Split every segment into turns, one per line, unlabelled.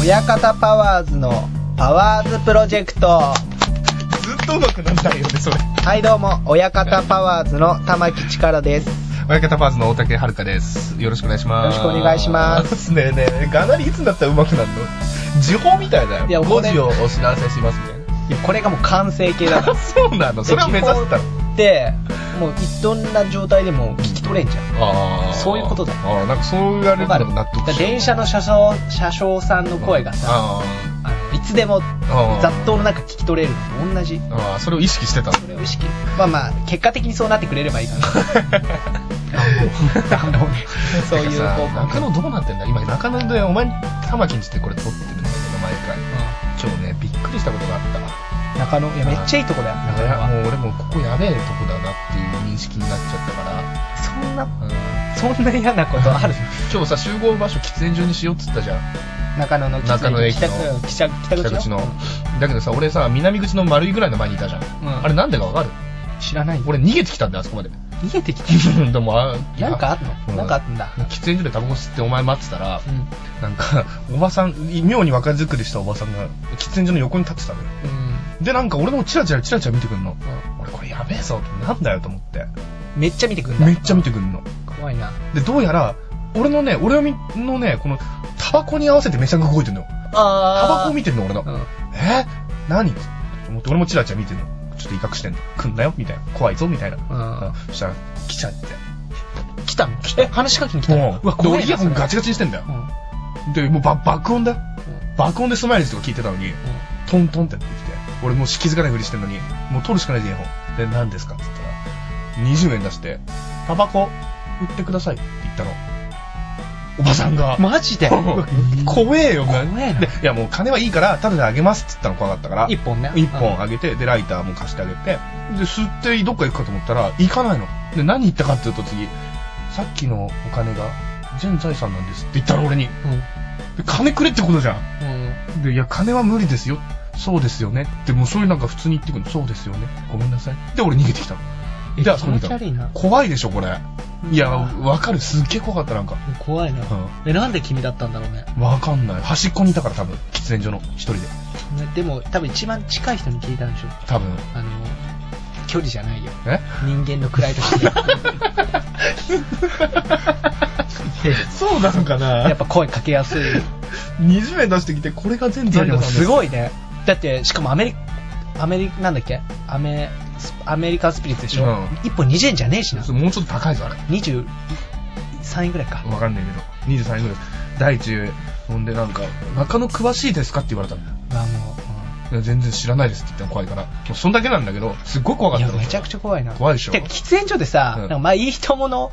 親方パワーズのパワーズプロジェクト
ずっとうまくなんないよね、それ。
はいどうも親方パワーズの玉木力です
親方パーズの大竹遥です。よろしくお願いします。
よろしくお願いしま。す
ねえねえ、がなりいつになったらうまくなるの時報みたいだよ。
いや
文字
これ
をお知らせしますみた
いやこれがもう完成形だ
いな。
か
あそうなのそれを目指したの。
ら でもうどんな状態でも聞き取れんじゃん
あー
そういうことだ
あーなんかそう言われ
わ
る
か
と
る
納得
だから電車の車掌車掌さんの声がさ
あ
あのいつでも
ーあー。
雑踏の中聞き取れるのと同じ
あーそれを意識してたの
それを意識まあまあ結果的にそうなってくれればいいか なあのそういう
なんか
方
さ
向
中野どうなってんだ今中野でお前玉木んちってこれ撮ってるんだけど毎回今日ねびっくりしたことがあったわ
中野いやめっちゃいいとこだよ
だ
中野
から
は
もう俺もここやべえとこだなっていう認識になっちゃったか
そんな
ら、うん、
そんな嫌なことある
今日さ集合場所喫煙所にしようっつったじゃん
中野の喫煙
中野駅
北
の
北北口
北
よ
口のだけどさ俺さ南口の丸いぐらいの前にいたじゃん、
うん
あれなんでかわかる
知らないよ
俺逃げてきたんだよあそこまで
逃げてき
でもあ
たなんかあっ
う
た
ん
のなんかあったんだ
喫煙所でタバコ吸ってお前待ってたら
うん
なんかおばさん妙に若作りしたおばさんが喫煙所の横に立ってたのよ
うん
でなんか俺のチラチラチラチラ見てくんの
う
俺これやべえぞってなんだよと思って
んめっちゃ見てくんだ
めっちゃ見てくんの
怖いな
でどうやら俺のね俺のみのねこのタバコに合わせてめちゃくちゃ動いてんのよタバ
あ
コ見てんの俺の
うん
え何と思って俺もチラチラ見てんのちょっと威嚇してんの来んなよみたいな怖いぞみたいな、
うん
そしたら来ちゃって
来たのえ話しかけに来たの
うわ
怖いな
俺イヤホン
それ
ガチガチにしてんだよ
う、ん
でもうば爆音だよ、
ん
爆音でスマイルズとか聞いてたのに、トントンってやってきて俺もう気づかないふりしてんのにもう取るしかないでイヤホンで何ですかって言ったら20円出してタバコ売ってくださいって言ったのおばさんが
マジで
うん怖えよ、怖
怖えな
で、いやもう金はいいから、タダであげますって言ったの怖かったから。
一本ね
一本あげて、で、ライターも貸してあげて、で、吸ってどっか行くかと思ったら、行かないの。で、何言ったかっていうと次、さっきのお金が全財産なんですって言ったの俺に。
うん
で、金くれってことじゃん。
うん
で、いや、金は無理ですよ。そうですよね。でもうそういうなんか普通に言ってくるの。そうですよね。ごめんなさい。で、俺逃げてきたの。
え
であ
気
そこに
持
いた
ち
の
悪いな
怖いでしょ、これ。いや、
うん
わかる。すっげえ怖かった、なんか。
怖いな
う
えなんで君だったんだろうね
ん。わかんない。端っこにいたから多分、喫煙所の一人で。
ねでも多分一番近い人に聞いたんでしょ
多分。
あの距離じゃないよ
え
人間の位として
そうなのかな
やっぱ声かけやすい
20円出してきてこれが全
いや
財
で
産
も
です
すごいねだってしかもアメリカアメリなんだっけアメスアメリカンスピリッツでしょ、
う
うん1本20円じゃねえしな
もうちょっと高いぞあれ
23円ぐらいか
わかんないけど23円ぐらい第一ほんでなんか中野詳しいですかって言われたの
あも、
いや全然知らないですって言ったの怖いからもうそんだけなんだけどすっごいう
うん
怖
い
か
や
ったの
めちゃくちゃ怖いな
怖いでしょ
てか喫煙所でさ、
うん
なんか前いい人もの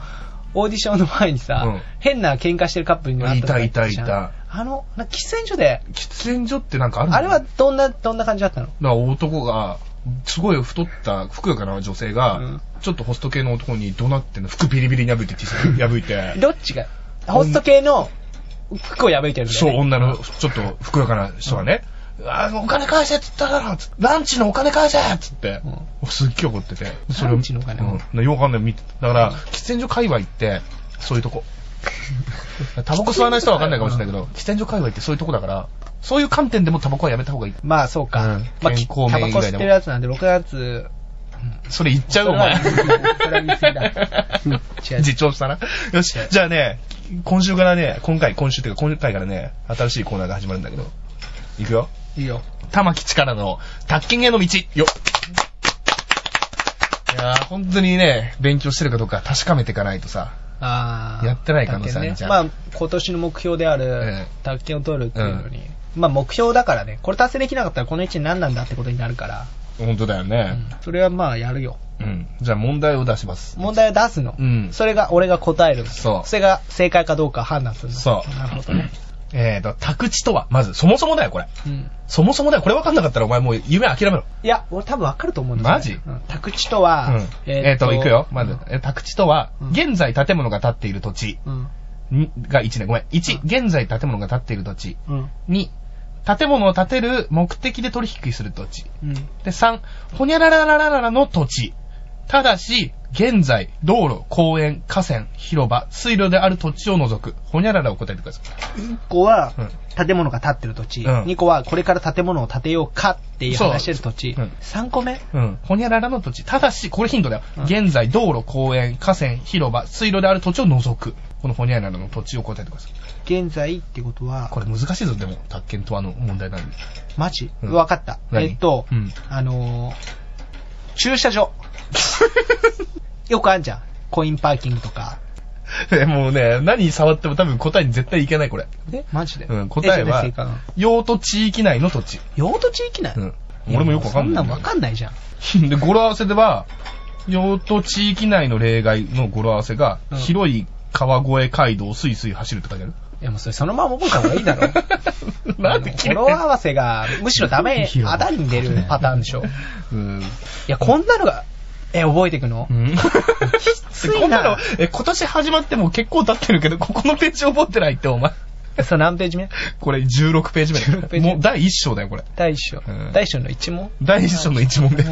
オーディションの前にさ、
うん
変な喧嘩してるカップルになったとか言ってたじゃん
いたいたい
あのなんか喫煙所で
喫煙所ってなんかあるの
あれはどんなどんな感じだったの
だから男が、すごい太った、ふくよかな女性が、
うん、
ちょっとホスト系の男に怒鳴ってんの、服ビリビリに破いて、T シャツ破いて
どっちがホスト系の服を破いてるんだよ
そう、
ね
女の、ちょっと、ふくよかな人がね、あお金返せって言っただろつってランチのお金返せっつって、すっげえ怒ってて。それを
ランチのお金
うん。よくわかんない、見てた。だから、喫煙所界隈って、そういうと こ。タバコ吸わない人はわかんないかもしれないけど、喫煙所界隈ってそういうとこだから、そういう観点でもタバコはやめた方がいい。
まあそうか、
うん
まあき
健康面
タ
以外で
バ
も
コ吸ってるやつなんで6月
それ言っちゃうお前。
それはそれは言い過ぎだ違う
自重したな。よし、じゃあね、今週からね、今回、今週っていうか、今回からね、新しいコーナーが始まるんだけど、いくよ。
いいよ
玉木力の宅建への道。よっいやー、本当にね、勉強してるかどうか確かめていかないとさ。
あー
やってない可能性あ
宅
る
建ね
じゃん
まあ今年の目標であ
え
る
え
宅建を取るっていうのに、まあ目標だからねこれ達成できなかったらこの位置何なんだってことになるから、
本当だよね。
それはまあやるよ
うん。じゃあ問題を出します。
問題を出すの、
うん
それが俺が答えるの
そう
それが正解かどうか判断するの
そう
なるほどね、
えーと、宅地とは、まず、そもそもだよ、これ。
うん
そもそもだよ、これ分かんなかったらお前もう夢諦めろ。
いや、俺多分わかると思うんだよね
マジ
うん宅地とは、
うん。えーと、いくよ、まず。え宅地とは
う、ん
現在建物が建っている土地。
うん。
にが1ね、ごめん。1、
う
現在建物が建っている土地。
うん。
2、建物を建てる目的で取引する土地。
うん。
で、3、ほにゃららららららの土地。ただし、現在、道路、公園、河川、広場、水路である土地を除く、ほにゃららを答えてくださ
1個は
うん、
建物が建ってる土地。
うん
2個は、これから建物を建てようかっていう話してる土地。
そううん
3個目
い。うん。ほにゃららの土地。ただし、これヒントだよ。
うん
現在、道路、公園、河川、広場、水路である土地を除く。このほにゃららの土地を答えてください。
現在ってことは、
これ難しいぞ、でも。宅建とあの問題 なんで。
マジ
うん
わかった。
何
えっと
うん、
あのー、駐車場。 よくあんじゃん。コインパーキングとか。
え、もうね、何触っても多分答えに絶対いけない、これ。
えマジで
うん、答え
じゃあ
は
正解なの、
用途地域内の土地。
用途地域内
うん。俺もよくわかんな
そ
い。
んなんわかんないじゃん。
で、語呂合わせでは、用途地域内の例外の語呂合わせが、
うん
広い川越街道をスイスイ走るって書いてある。
いやもうそれそのまま覚えた方がいい だろ。
なんで切れ
あの語呂合わせが、むしろダ メ
いい、よ
あだに出るパターンでしょ。い
うん。
や、こんなのが、え、覚えていくの
うん。
ついな
こんなの、え、今年始まってもう結構経ってるけど、ここのページ覚えてないって、お前。
それ何ページ目
これ16ページ目。
16ページ目
もう第1章だよ、これ。
第一章
うん。
第一章の一問
第1章の1問で。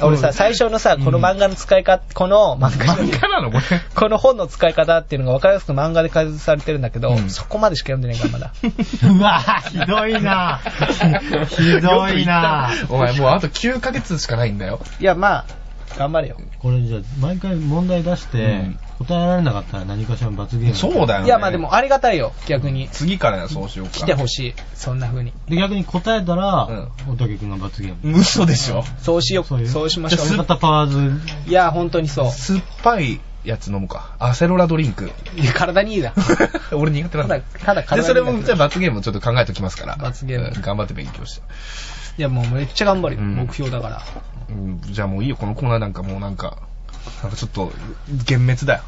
俺さ、最初のさ、この漫画の使い方、この漫画
漫画なの、これ。
この本の使い方っていうのが分かりやすく漫画で解説されてるんだけど、
うん
そこまでしか読んでないからま だ。
うわひどいなひどいな
よく言ったお前もうあと9ヶ月しかないんだよ。
いや、まあ、頑張れよ。
これじゃあ毎回問題出して
うん、
答えられなかったら何かしらの罰ゲーム。
そうだよ、ね。
いや、まあで。もありがたいよ、逆に。
次からそうしようか。
来てほしい。そんな風に。
で、逆に答えたら、おたけくんが罰ゲーム。
嘘でしょ。
そうしよ
そう
う。
よ
そうしましょ
ス
う
ッ。タパワーズ、
いや、本当にそう。
酸っぱいやつ飲むか。アセロラドリンク。
いや体にいい だ。
俺苦手な
た
んだ
だ、。ただ体にいいだけ
で、
ど。
それも、じゃあ罰ゲームをちょっと考えときますから。
罰ゲーム
うん頑張って勉強して。
いや、もうめっちゃ頑張るよ。
うん
目標だから。
うん、じゃあもういいよ、このコーナーなんかもうなんか、なんかちょっと、幻滅だよ。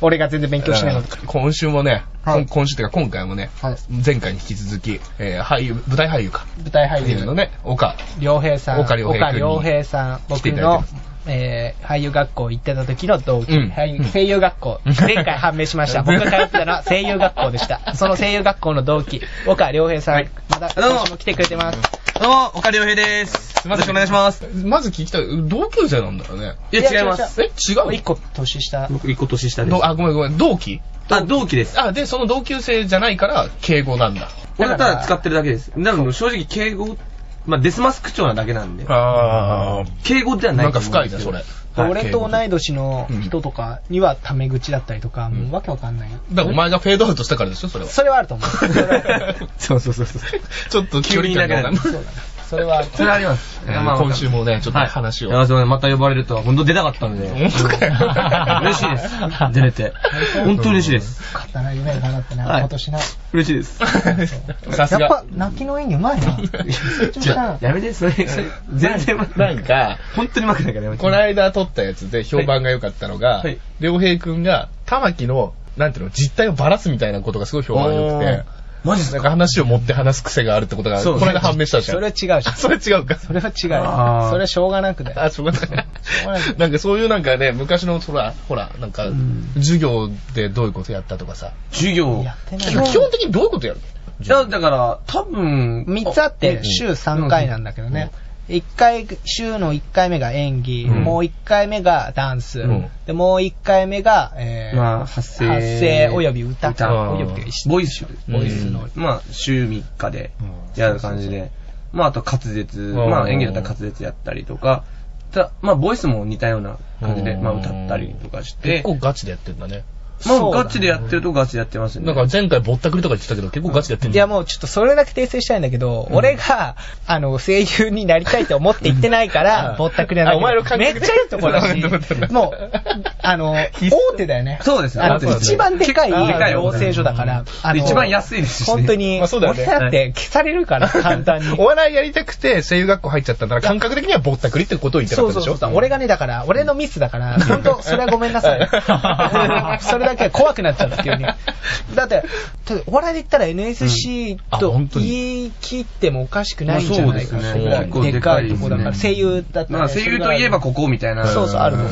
俺が全然勉強しないこと。
うん今週もね、
はい
今今週っていうか今回もね、
はい
前回に引き続き、えー俳優、舞台俳優か。
舞台俳
俳優
優
の
の
ね、岡。
良平さん。
岡良平君に
岡良平さん。
来て
僕
いただい
の
て、
えー、俳優学校行ってた時の同期。
うん
俳優
うん
声優学校。前回判明し ました。僕が通ってたのは声優学校でした。その声優学校の同期、岡良平さん。また、今年も来てくれてます。
どうも、岡良平です。よろしくお願いします。
まず聞きたい、同級生なんだよね。
いや、違います。
え、違う
一個年下。
僕、一個年下
どあ、ごめんごめん、同期
あ、同期です。
あ、で、その同級生じゃないから、敬語なんだ。
俺は
だから
ただ使ってるだけです。なので、正直、敬語、まあ、デスマスク調なだけなんで、
ああ。
敬語ではない
なんか深い
で
な、
す
それ。。
はい
俺と同い年の人とかにはタメ口だったりとか、もうわけわかんない。
だからお前がフェードアウトしたからでしょ、それは。
それはあると思う。それはあると思 う
そうそうそうそう。
ちょっと距離感がわかんない
そうだね。 それはあると
それあります。
えー今週もね、ちょっと話を。
はいあすいませんまた呼ばれるとは、本当出たかったんで。
本当かよ。
嬉しいです。出れて。本当嬉しいです。
思ったな、夢がなってな、
はい
今年な。
嬉しいです。
さす
やっぱ
が。、
泣きの演技うまいな。
じゃ
やめて、それ、それ全然うまくな
ないん、か、
本当にうまくないからやめて。
この間撮ったやつで評判が良かったのが
はい、
良平くんが、玉木の、なんていうの、実態をばらすみたいなことがすごい評判良くて、
マジです
なん
か
か話を持って話す癖があるってことが、
そう
この間判明したじゃ
そ
ん
れ。は違うし。
それ違うか。
それは違う
あ
よ。
ー
それはしょうがなくだよ。
あ、しょうがない
ょうがない。
なんかそういうなんかね、昔の、ほら、ほら、なんか、授業でどういうことやったとかさ。
授業。
やってない
基
よ。
本的にどういうことやる
いや、だから、多分、
3つあって、週3回なんだけどね。一回、週の1回目が演技、
うん
もう1回目がダンス、
うん
で、もう1回目が、えー
まあ発声
発声および歌。
歌
および
ボイス、
ボイス
の
うんまあ、週3日でやる感じで、まあ、あと滑舌、
ん
まあ、演技だったら滑舌やったりとか、ただ、まあ、ボイスも似たような感じで、
うん
まあ、歌ったりとかし
結
て、
構ガチでやってんだね。
まあ
そ、うだね
ガチでやってるとガチでやってますね。
なんか前回ぼったくりとか言ってたけど、結構ガチでやってん
い
だ
やもうちょっとそれだけ訂正したいんだけど、俺が、あの、声優になりたいと思って言ってないから、ぼったくりなんだけ
あ
ど
お前の感覚で
めっちゃいいとこだし
そうなんだそうなん、だ
もう、あの、大手だよね。
そうですね
あの
大手ですね
一番でかい
結構でかい
養成所だから、あの
一番安いですしね
本当に、
まあそうだよね
俺だって消されるから、簡単に。
お笑いやりたくて声優学校入っちゃったんだから、感覚的にはぼったくりってことを言いたか
そ
っ
うそ
た
う
でし
そ
ょ
うそう。俺がね、だから、俺のミスだから、本当それはごめんなさい。それだけは怖くなっちゃうっていうね。だって、だってお笑いで言ったら NSC
うんあ
と
本当に
言い切ってもおかしくないんじゃないか
まあ
な。そ
ですね
そう
れぐらいでかいとこだから、
結構
声優だった
まあ、声優といえばここみたいな。
そうそうあるの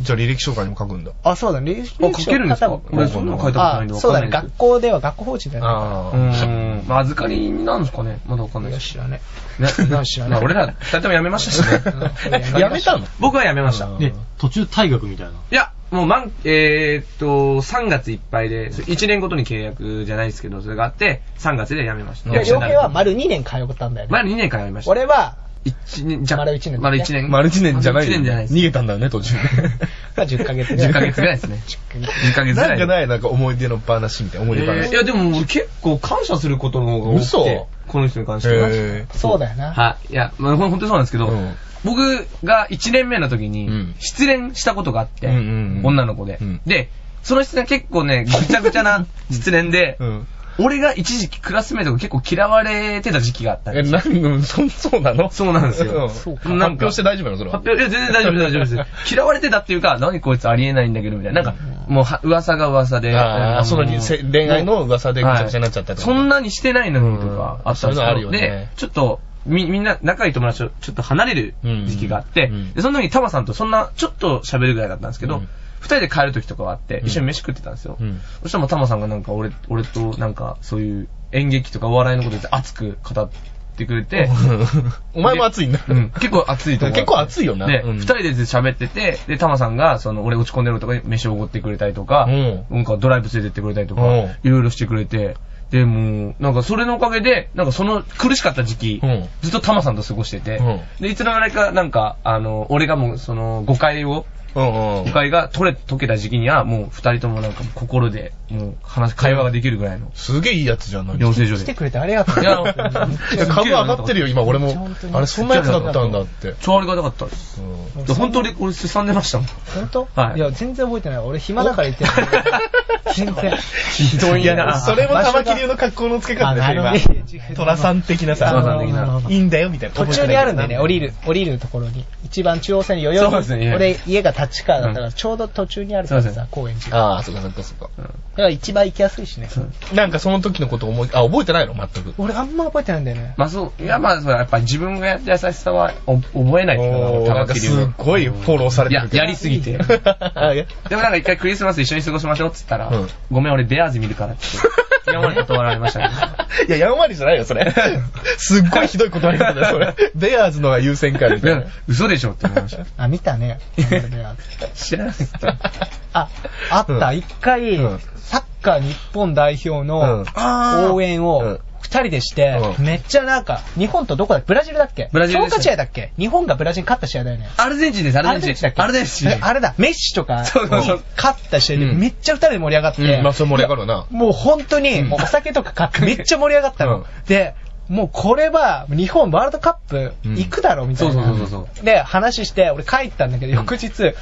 じゃあ履歴書とにも書くんだ。
あ、そうだね。
あ、書けるんですか
履歴書
俺、そんなの書いたことないんで
あ、
わ
そ
か
うんだ
な
ね。
いんですけ
学校では学校法人だよね。
あ
ど。うーん。まあ、預かりになるんですかねまだわかんない
い
で
や、
す。
知らね
ね
や知らない
まあ、俺ら、二人とも辞めましたしね。
え。
やめたの
僕は辞めました。
うん
い
で、途中退学みたいな。
や、もう、まん、えー、っと、3月いっぱいで、1年ごとに契約じゃないですけど、それがあって、3月で辞めました。
いや、
一緒
洋
になる
平は丸2年通ったんだよね。
丸2年間辞めました。
俺は、
一年、じゃ、
丸一年だね
丸一年。
丸一年じゃない。
丸一年じゃないです
逃げたんだよね、途 中
まあ10ヶ月ぐらい。
10ヶ月ぐらいですね。10ヶ
で。
月ぐら
ないん
で。
かない、なんか思い出の話みたいな、思い出
え
話
ー。いや、でも結構感謝することの方が多くて
嘘、
この人に関しては。
え
そうだよな。
はい。いや、まあ、ほん本当にそうなんですけど、
うん
僕が1年目の時
う
に
ん、
失恋したことがあって、
うんうんうん
女の子で、
うん
で、その失恋結構ね、ぐちゃぐちゃな失恋で、
ー うん。
俺が一時期クラスメイトが結構嫌われてた時期があったん
え、
です。
なん、そ、そうなの
そうなんですよ
ん
そうか
発表して大丈夫なのそれは。
発表、いや、全然大丈夫です、大丈夫 です。嫌われてたっていうか、何こいつありえないんだけど、みたいな。なんか、もうは、噂が噂で。
あ
なんかも
あ、
う
そのせ恋愛の噂でぐちゃぐちゃになっちゃったってこと
そんなにしてないのにとかあったんですけど、
うんそういうのあるよね
で、ちょっと、み、みんな、仲いい友達とちょっと離れる時期があって、
うんうん
で、その時にタマさんとそんな、ちょっと喋るぐらいだったんですけど、
う
二
ん、
人で帰る時とかはあって、
ん
一緒に飯食ってたんですよ。
うん
そしたらもうタマさんがなんか俺、俺となんか、そういう演劇とかお笑いのことで熱く語ってくれて、
お前も熱いんだ。
うん、結構熱いと思 う
結構熱いよな。
で、二、
うん
人で喋ってて、で、タマさんが、その、俺落ち込んでるとかに飯をおごってくれたりとか、
うん
なんかドライブ連れてってくれたりとか
うん、
いろいろしてくれて、で、もう、なんかそれのおかげで、なんかその苦しかった時期、
うん
ずっとタマさんと過ごしてて、
うん
で、いつの間にか、なんか、あの、俺がもう、その、誤解を、
うんう
誤
ん。
解が取れ、解けた時期には、もう二人ともなんか心で、もう話、会話ができるぐらいの、
すげえいいやつじゃない
養成所
来て
で。
くれてありがとう。
いや、本当に
株上がってるよ、今俺も
本当。に
あれ、そんなやつだったんだって。
超ありがたかったです。
うん
本当に俺、すさんでましたもん。
本当
はい
いや、全然覚えてない。俺暇だから言ってない。 全 然。
ひどいな
それも玉木流の格好の付け方でし
あ
ょ、
なるほど
今。虎さん的な
虎さ
さ
ん的な。
いいんだよ、みたいな。
途中にあるんだよね、降り
る。
る、降りるところに。一番中央線に余裕
そうですね
俺、家が立ち川だったか
う
ら、ちょうど途中にあるから
そうです
さ
ね、
高円寺。だ
ああ、そっかそっかそっか。
から一番行きやすいしね。
なんかその時のこと思い、あ、覚えてないの全く。
俺あんま覚えてないんだよね。
まあそう、いやまあそう、やっぱ自分がやった優しさはお覚えないっていう
お
の
ー
が
なん
高
か
木
す
流
っ
の。
ごいフォローされて
や
る、けど。
やりすぎ て。
あい や
でもなんか一回クリスマス一緒に過ごしましょうって言ったら、
うん
ごめん俺ベアーズ見るから って言って、今まで断られましたけど。
いや、やんわりじゃないよ、そ れ。すっごいひどいことありだよ、それ。 ベアーズのが優先会み
い
たい
や
な。
嘘でしょって思いました。
あ、見たね。
知らないです
あ、あった。
うん
一回
うん、
サッカー日本代表
う
の
ん
応援
う
を
ん
二人でして、
うん
めっちゃなんか、日本とどこだブラジルだっけ
ブラジル
強
です
化試合だっけ日本がブラジルに勝った試合だよね。
アルゼンチンです、アルゼンチン。アルゼンチン
え。あれだ、メッシとか、
そうそうそう
勝った試合で
うん
めっちゃ二人で盛り上がって、
まあ、それ盛り上がるわな。
もう本当に、もうお酒とか買ってめっちゃ盛り上がったの。
うん
で、もうこれは日本ワールドカップ行くだろみたい
そ
な。
うそうそうそう。
で、話して、俺帰ったんだけど、翌日、これ、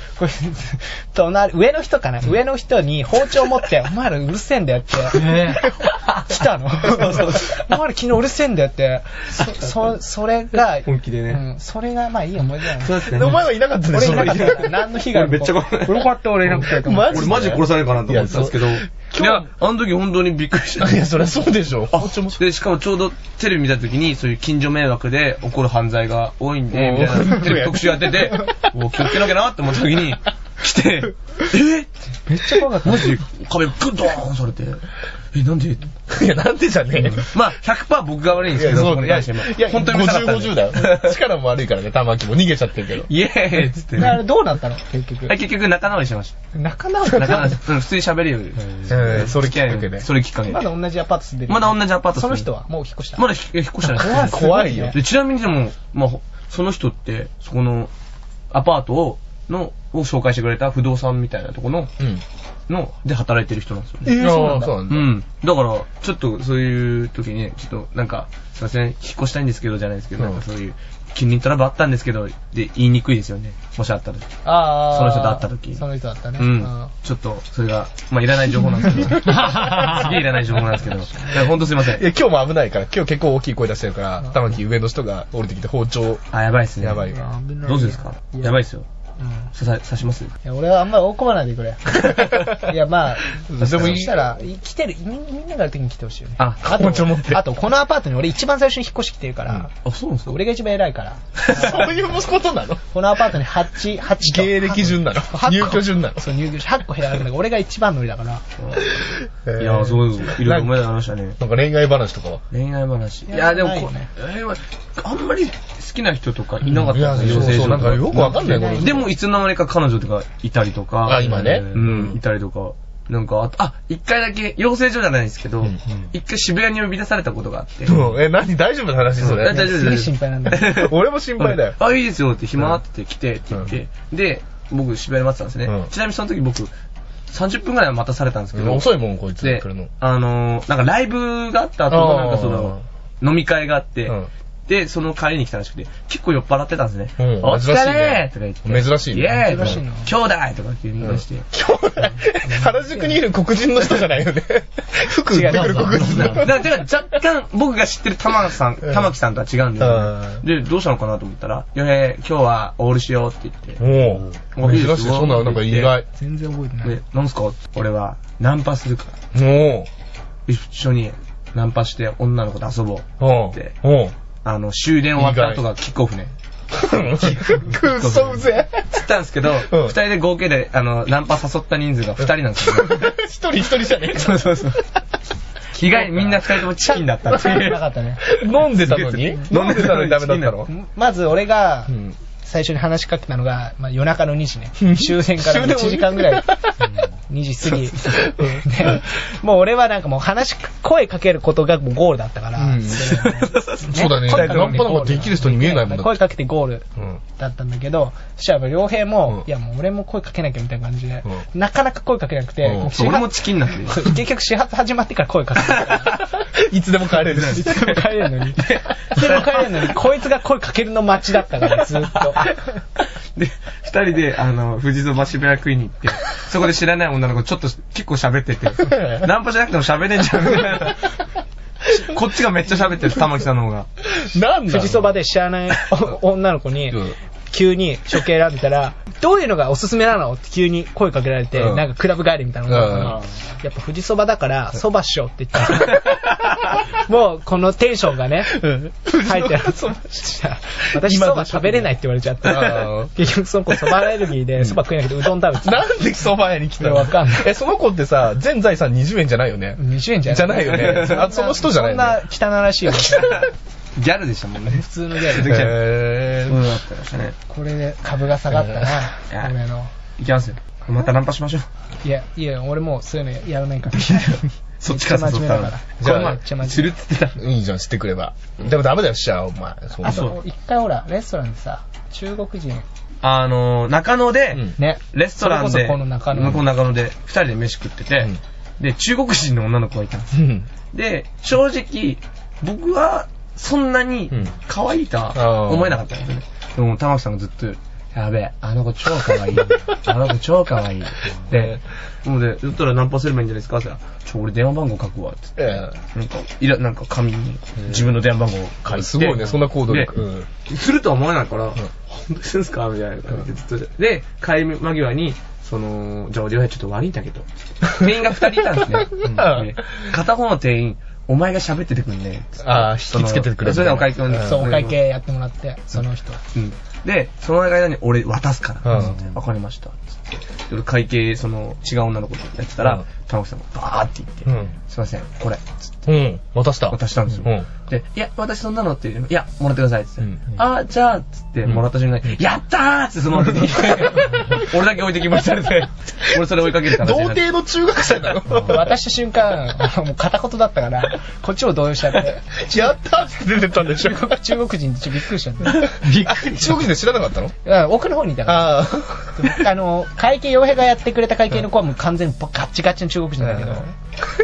隣、上の人かな上の人に包丁持っ て、お前らうるせえんだよって。
え
来たのお前ら昨日うるせえんだよって。そ、そ、それが、
本気でね
うんそれが、まあいい思い出だな。
そうですね。
でお前はいなかったで
俺
しょ、
いなかっ
その
た。何の被害も。
俺めっちゃごめん
俺よかった俺いなくて。
マ
俺マジで殺されるかなと思ってたんですけど。い
そう
や、あの時本当にびっくりした。
いや、そりゃそうでしょ。あ、ちょ、も
で、しかもちょうどテレビ見た時に、そういう近所迷惑で起こる犯罪が多いんで、
お
み
ー
たいなテレビ特集やっ てて、もう気をつけなきゃなって思った時に、来て、え
めっちゃ怖かった。
マジ壁グッドーンされて、え、なんで
いや、なんでじゃねえよ。
まあ、100%僕が悪いん
い
ですけ
や、
ど、
そう
こ
だ
れ
い
に
や、
関
い
しても
や、
本当にうるさかったんで
50、50だよ。力も悪いからね、玉木も逃げちゃってるけど。
イエーイっつ って。
あ
は
れどうなったの結局。
い、結局仲直りしまし
仲直
た。
り
仲直り。うん、普通に喋るより。
うん、それきっかけで。
それきっかけで
ま。だ同じアパート住んでる。
まだ同じアパート住んでる
その人はもう引っ越した。
まだひ引っ越してないです。
怖いよ。
で、ちなみにでも、まあ、ほその人って、そこの、アパートを、の、を紹介してくれた不動産みたいなところの、
うん。
の、で働いてる人なんですよね。
えそうなんだ。そう
う
なん
ん。だから、ちょっとそういう時にね、ちょっとなんか、すいません、引っ越したいんですけど、じゃないですけど、
うん
なんかそういう、近隣トラブルあったんですけど、で、言いにくいですよね。もしあったら。
あー
その人と会った時
その人だったね。
う
あ
ん
ー。
ちょっと、それが、まあ、いらない情報なんで すけど。すげえいらない情報なんですけど。だからほんとすいませ
いや、
ん。
今日も危ないから、今日結構大きい声出してるから、玉木上の人が降りてきて包丁、
あ、やばいっすね。
やばいわ。
どうするんですかやばいっすよ。
うん
ささ刺します
いや俺はあんまり大困らないでくれ。 いや、まあ、
でもい
そ
い
したら、来てる、みみんながいる時に来てほしいよね。
あ
あ
ちょっと待って
と、あと、このアパートに俺一番最初に引っ越してきてるから、
あ、そうなんですか
俺が一番偉いから、
そういうことなの
このアパートに8、八と
芸歴順なの
八個
入居順なの
そう、入居者8個部屋あるんだけど、俺が一番乗りだから。
いや、すごい、いろいろ思い出しましたね。
なんか恋愛話とかは。
恋愛話。い
や
や、でも
ない
こ
ね、
恋愛は、あんまり好きな人とかいなかったんです
いや
よ、
そうそう
養成所と
なんかよくわかんないこの人
でも、いつの間にか彼女とかいたりとか。
あ今ね
うん、いたりとか。なんか、あとあ、一回だけ、養成所じゃないんですけど
ん、
一回渋谷に呼び出されたことがあって。
うんえ、何大丈夫な話それ
大。丈夫です
すげえ心配なんだけど。
俺も心配だよ。
あ、いいですよって暇って来てって言って、で、僕渋谷で待ってたんですね。
うん
ちなみにその時僕、30分くらい待たされたんですけど、
遅いもん、こいつ来
で
るの。、
あのーなんかライブがあった後のなんかその、飲み会があって、
うん
で、その帰りに来たらしくて、結構酔っ払ってたんですね。
うん
お疲
珍しいね
れーとか言って。
珍しいね
イェーイ
珍
とか
しいな
兄弟とかって言い出して。
今日、 原宿にいる黒人の人じゃないよね。服売ってくる黒人
だか
の。
らだから若干僕が知ってる玉木さん、
うん
玉木さんとは違うんで、
う
で、どうしたのかなと思ったら、よへ今日はオールしようって言って、
もう、珍しい、そんな、なんか意外。
全然覚えてない。
で、なんすか俺は、ナンパするから。
も
一緒に、ナンパして女の子と遊ぼう。
う、うん
で、
うん。
あの、終電終わった後がキックオフね。
くそうぜ。
つったんですけど、
うん
二人で合計で、あの、ナンパ誘った人数が二人なんですよ、ね。
一人一人じゃねえ
そうそうそう。被害、みんな二人ともチキンだったって い
なか
う。
ったね。
飲んでたのに飲んでたのにダメだったの
まず俺が
う、ん
最初に話しかけたのが、まあ、夜中の2時ね。終戦から1時 間ぐらい。2時過ぎ。でもう俺はなんかもう話し、声かけることがもうゴールだったから。
うんそうだね。ナ
声かける
ンパなんかできる人に見えないもんだ
声かけてゴール
うん
だったんだけど、そしたら両平も
う、ん
いやもう俺も声かけなきゃみたいな感じで、
う
なかなか声かけなくて、
うん
そう俺もチキンなんで。
そう結局始発始まってから声かけて。
いつでも帰れるし。
いつでも帰れるの に。いつでも帰れるのに、こいつが声かけるの待ちだったから、ずっと。
で、二人で、あの、富士蕎麦渋谷食いに行って、そこで知らない女の子ちょっと結構喋ってて、ナンパじゃなくても喋れんじゃんみたいな。こっちがめっちゃ喋ってる、玉木さんの方が。
なんだ
富士そばで知ら ないお女の子に、急に処刑選んでたら、どういうのがおすすめなのって急に声かけられて、
うん
なんかクラブ帰りみたいなのがあったの
うん
にやっぱ富士そばだから、そばしようって言ったら もうこのテンションがね、入ってる。私そば食べれないって言われちゃって
うん、
結局その子そばアレルギーでそば食えなくてうどん食べてた。
なんでそば屋に来たの
いやわかんない
え、その子ってさ、全財産20円じゃないよね。
20円じゃない
じゃないよねあその人じゃないよね
そんな汚らしいよね
ギャルでしたもんね。
普通のギャル。
へ
そうだったらしたね。
これで株が下がった
え
な、
ー
俺の。
いきますよ。またナンパしましょう。
いや、いや、俺もうそういうのやらないから。
そっちから誘った
じ
ら。
じ
ゃ
ゃ
あ、この
あ
前めっちゃ真
す
面
るって言ってた。
ーいいじゃん、知ってくれば。でもダメだよ、しちゃお前。そ
目。
んな
あ
そ
と、一回ほら、レストランでさ、中国人、
あの、中野で、
うん
ね。
レストラン
それ
で、
こそこの中野
向こう中野で、二人で飯食ってて、で、中国人の女の子がいたんです。
うん。
で、正直、僕は、そんなに
うん、
可愛いと
あー
は思えなかったんですよね。でも、玉木さんがずっと、やべえ、あの子超可愛い。あの子超可愛い。で、もうで、だったらナンパすればいいんじゃないですかって言ったらちょ、俺電話番号書くわ、って。
え
なんか、いら、なんか紙に自分の電話番号を書い
え
て。
すごいね、そんな行動
で
力。うん
するとは思わないから、本当にするんすかみたいな感じでずっとで、帰り間際に、その、じゃあ、両親ちょっと悪いんだけど。店員が二人いたんですね。
うん
で片方の店員、お前が喋っててくんね。
ああ、引きつけてくれる。
それでお会計をね
うん
そう、お会計やってもらって、その人。
うんで、その間に俺渡すか
う
ら。
ん
つってわかりました。つってで俺会計、その、違う女の子とやってた
う
ら
ん、
田中さんがバーって言って、
うん。
すいません、これ。つって
うん。渡した。
渡したんですよ。
うん
で、いや、私そんなのって言ういや、もらってくださいって言って、
うん
あー、じゃあ、つって、
うん
もらった瞬間に、やったーっつってそのまま出てきて、俺だけ置いてきましたね。俺それ追いかける形に
童
なって。
貞の中学生だろ。
渡した瞬間、もう片言だったから、こっちも動揺しちゃって。
やったーって出てったんでしょ。中
中国人ってちょっとびっくりしちゃって。
国人で知らなかったの
うん奥の方にいたから。
あ
あの、会計、洋平がやってくれた会計の子はもう完全にガッチガチの中国人だけど、
あ。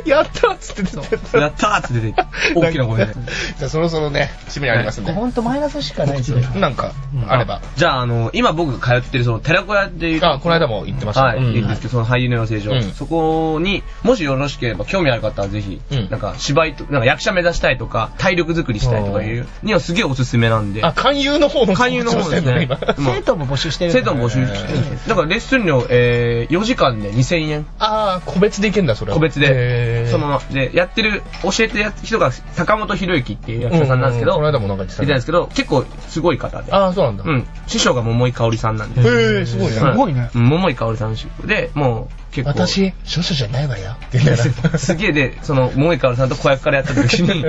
やったーっつって出てった。
やったーっつって出てきて、大きな声で。
じゃあそろそろね、締めありますんで。
ほんとマイナスしかないですよ。
なんか、あれば。
じゃあ、あの、今僕が通ってるその、寺子屋っていう、
あ、この間も言ってました。
はい、
うん
いるんですけど、その俳優の養成所、
うん
そこに、もしよろしければ、興味ある方はぜひ、
うん
なんか、芝バイト、なんか役者目指したいとか、体力作りしたいとかいうにはすげえおすすめなんで。
あ、勧誘の方の
勧誘の方で
告知をし
す
てんの
ね
今。
もう
生徒も募集してるんだ
生徒も募集してるんですよだからレッスン料、えー、4時間で2000円。
ああ、個別でいけんだ、それは。
個別
へ
で。
ー
そのまま。で、やってる、教えてる人が坂本博之っていう役者さんなんですけど、
ううこの
い
間もなんか言って
たん
た
で
ね。
すけど、結構すごい方で。
ああ、そうなんだ。
うん。師匠が桃井かおりさんなんで。
へえ、すごいね。
すごいね
うん桃井かおりさんの師匠で、もう結構。
私、少々じゃないわよ。って言うんだよな
すげえで、その、桃井かおりさんと子役からやった 時に、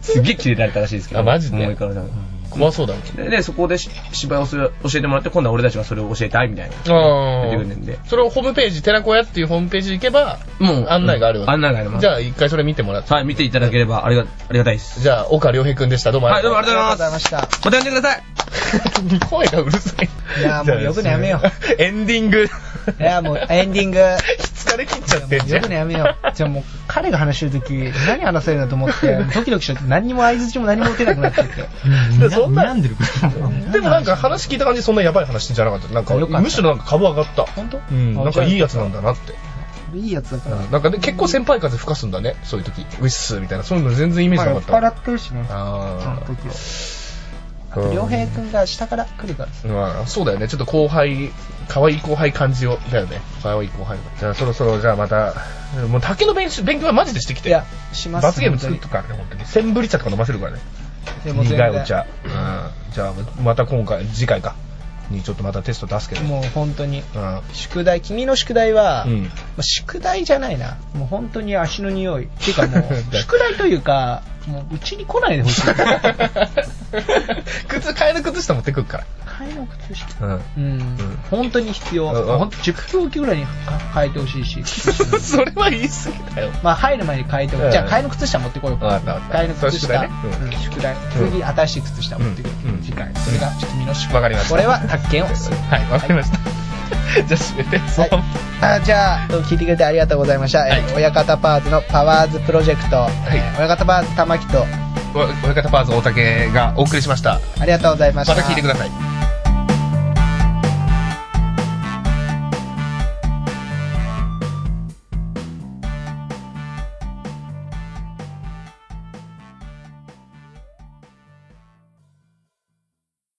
すげえキレられたらしいですけど。
あマジで
桃井かおりさん。
怖そうだもん。
で、でそこでし芝居をする教えてもらって、今度は俺たちがそれを教えたいみたいな。
あ
出てくるんで
あ。それをホームページ、寺子屋っていうホームページ行けば、
もう、
案内があるわけ
案内があります。
じゃあ一回それ見てもらって。
はい、見ていただければありが、ありがたいです。
じゃあ、岡良平くんでした。どうも
はい、どうもあ
あり
りがとうございます。
ありがとう
また呼んでください。
がと う。声がうるさい。
いやーもう呼ぶのやめよ
う。 エンディング。
いや、もうエンディング。
疲れ切っちゃってんじゃ
僕
ん
の。やめよう。じゃあもう彼が話してるとき、何話せるんだと思って、ドキドキしちゃって、何にも相づちも何も打てなくなっちゃって。
で そんな
なでるから。
でもなんか話聞いた感じそんなやばい話じゃなかった。なんか、
よかった
むしろなんか株上がった。
本当
うん、なんかいいやつなんだなって。
いいやつだから。
なんかね、結構先輩風吹かすんだね、そういう時。ウィッスーみたいな、そういうの全然イメージなかった。
酔っ払ってるしね。
あ
その時は
あ。うん
良平くんが下から来るから。
まあ、そうだよね。ちょっと後輩、可愛い後輩感じを。だよね。可愛い後輩。じゃあそろそろ、じゃあまた、もう竹の勉強勉強はマジでしてきて。
いや、します。
罰ゲーム作っとくからね、本当に。センブリ茶とか飲ませるからね。
でも全
苦
然
いお茶。うん。じゃあ、また今回、次回か。にちょっとまたテスト出すけど。
もう本当に。
うん。
宿題、君の宿題は、
うん
まあ宿題じゃないな。もう本当に足の 匂い。っていうかもう、
だ
宿題というか、もううちに来ないで ほしい。
靴、替える靴下持ってくるか
買いの靴下。
ら。うん。
うん、本当に必要。
うん
ほんと10競技ぐらいに変えてほしいし。
それは言い過ぎだよ。
まあ入る前に変えてほしい。
うん
じゃあ替えの靴下持ってこよう
わかったわかった
替えの靴下。
そう宿題ねうん
うん宿題。
うん
次、新しい靴下持ってくる。
うんうん
次回。それが君の宿題。
わかりました
これは宅建をする。
はい、わかりました。 じゃあ、締めて。そ
は
の
い、あじゃあ聞いてくれてありがとうございました、
はい
えー親方パワーズのパワーズプロジェクト、
い
えー親方パワーズ玉木と
親方パーズ大竹がお送りしました。
ありがとうございま
ま
した
た聞いてください。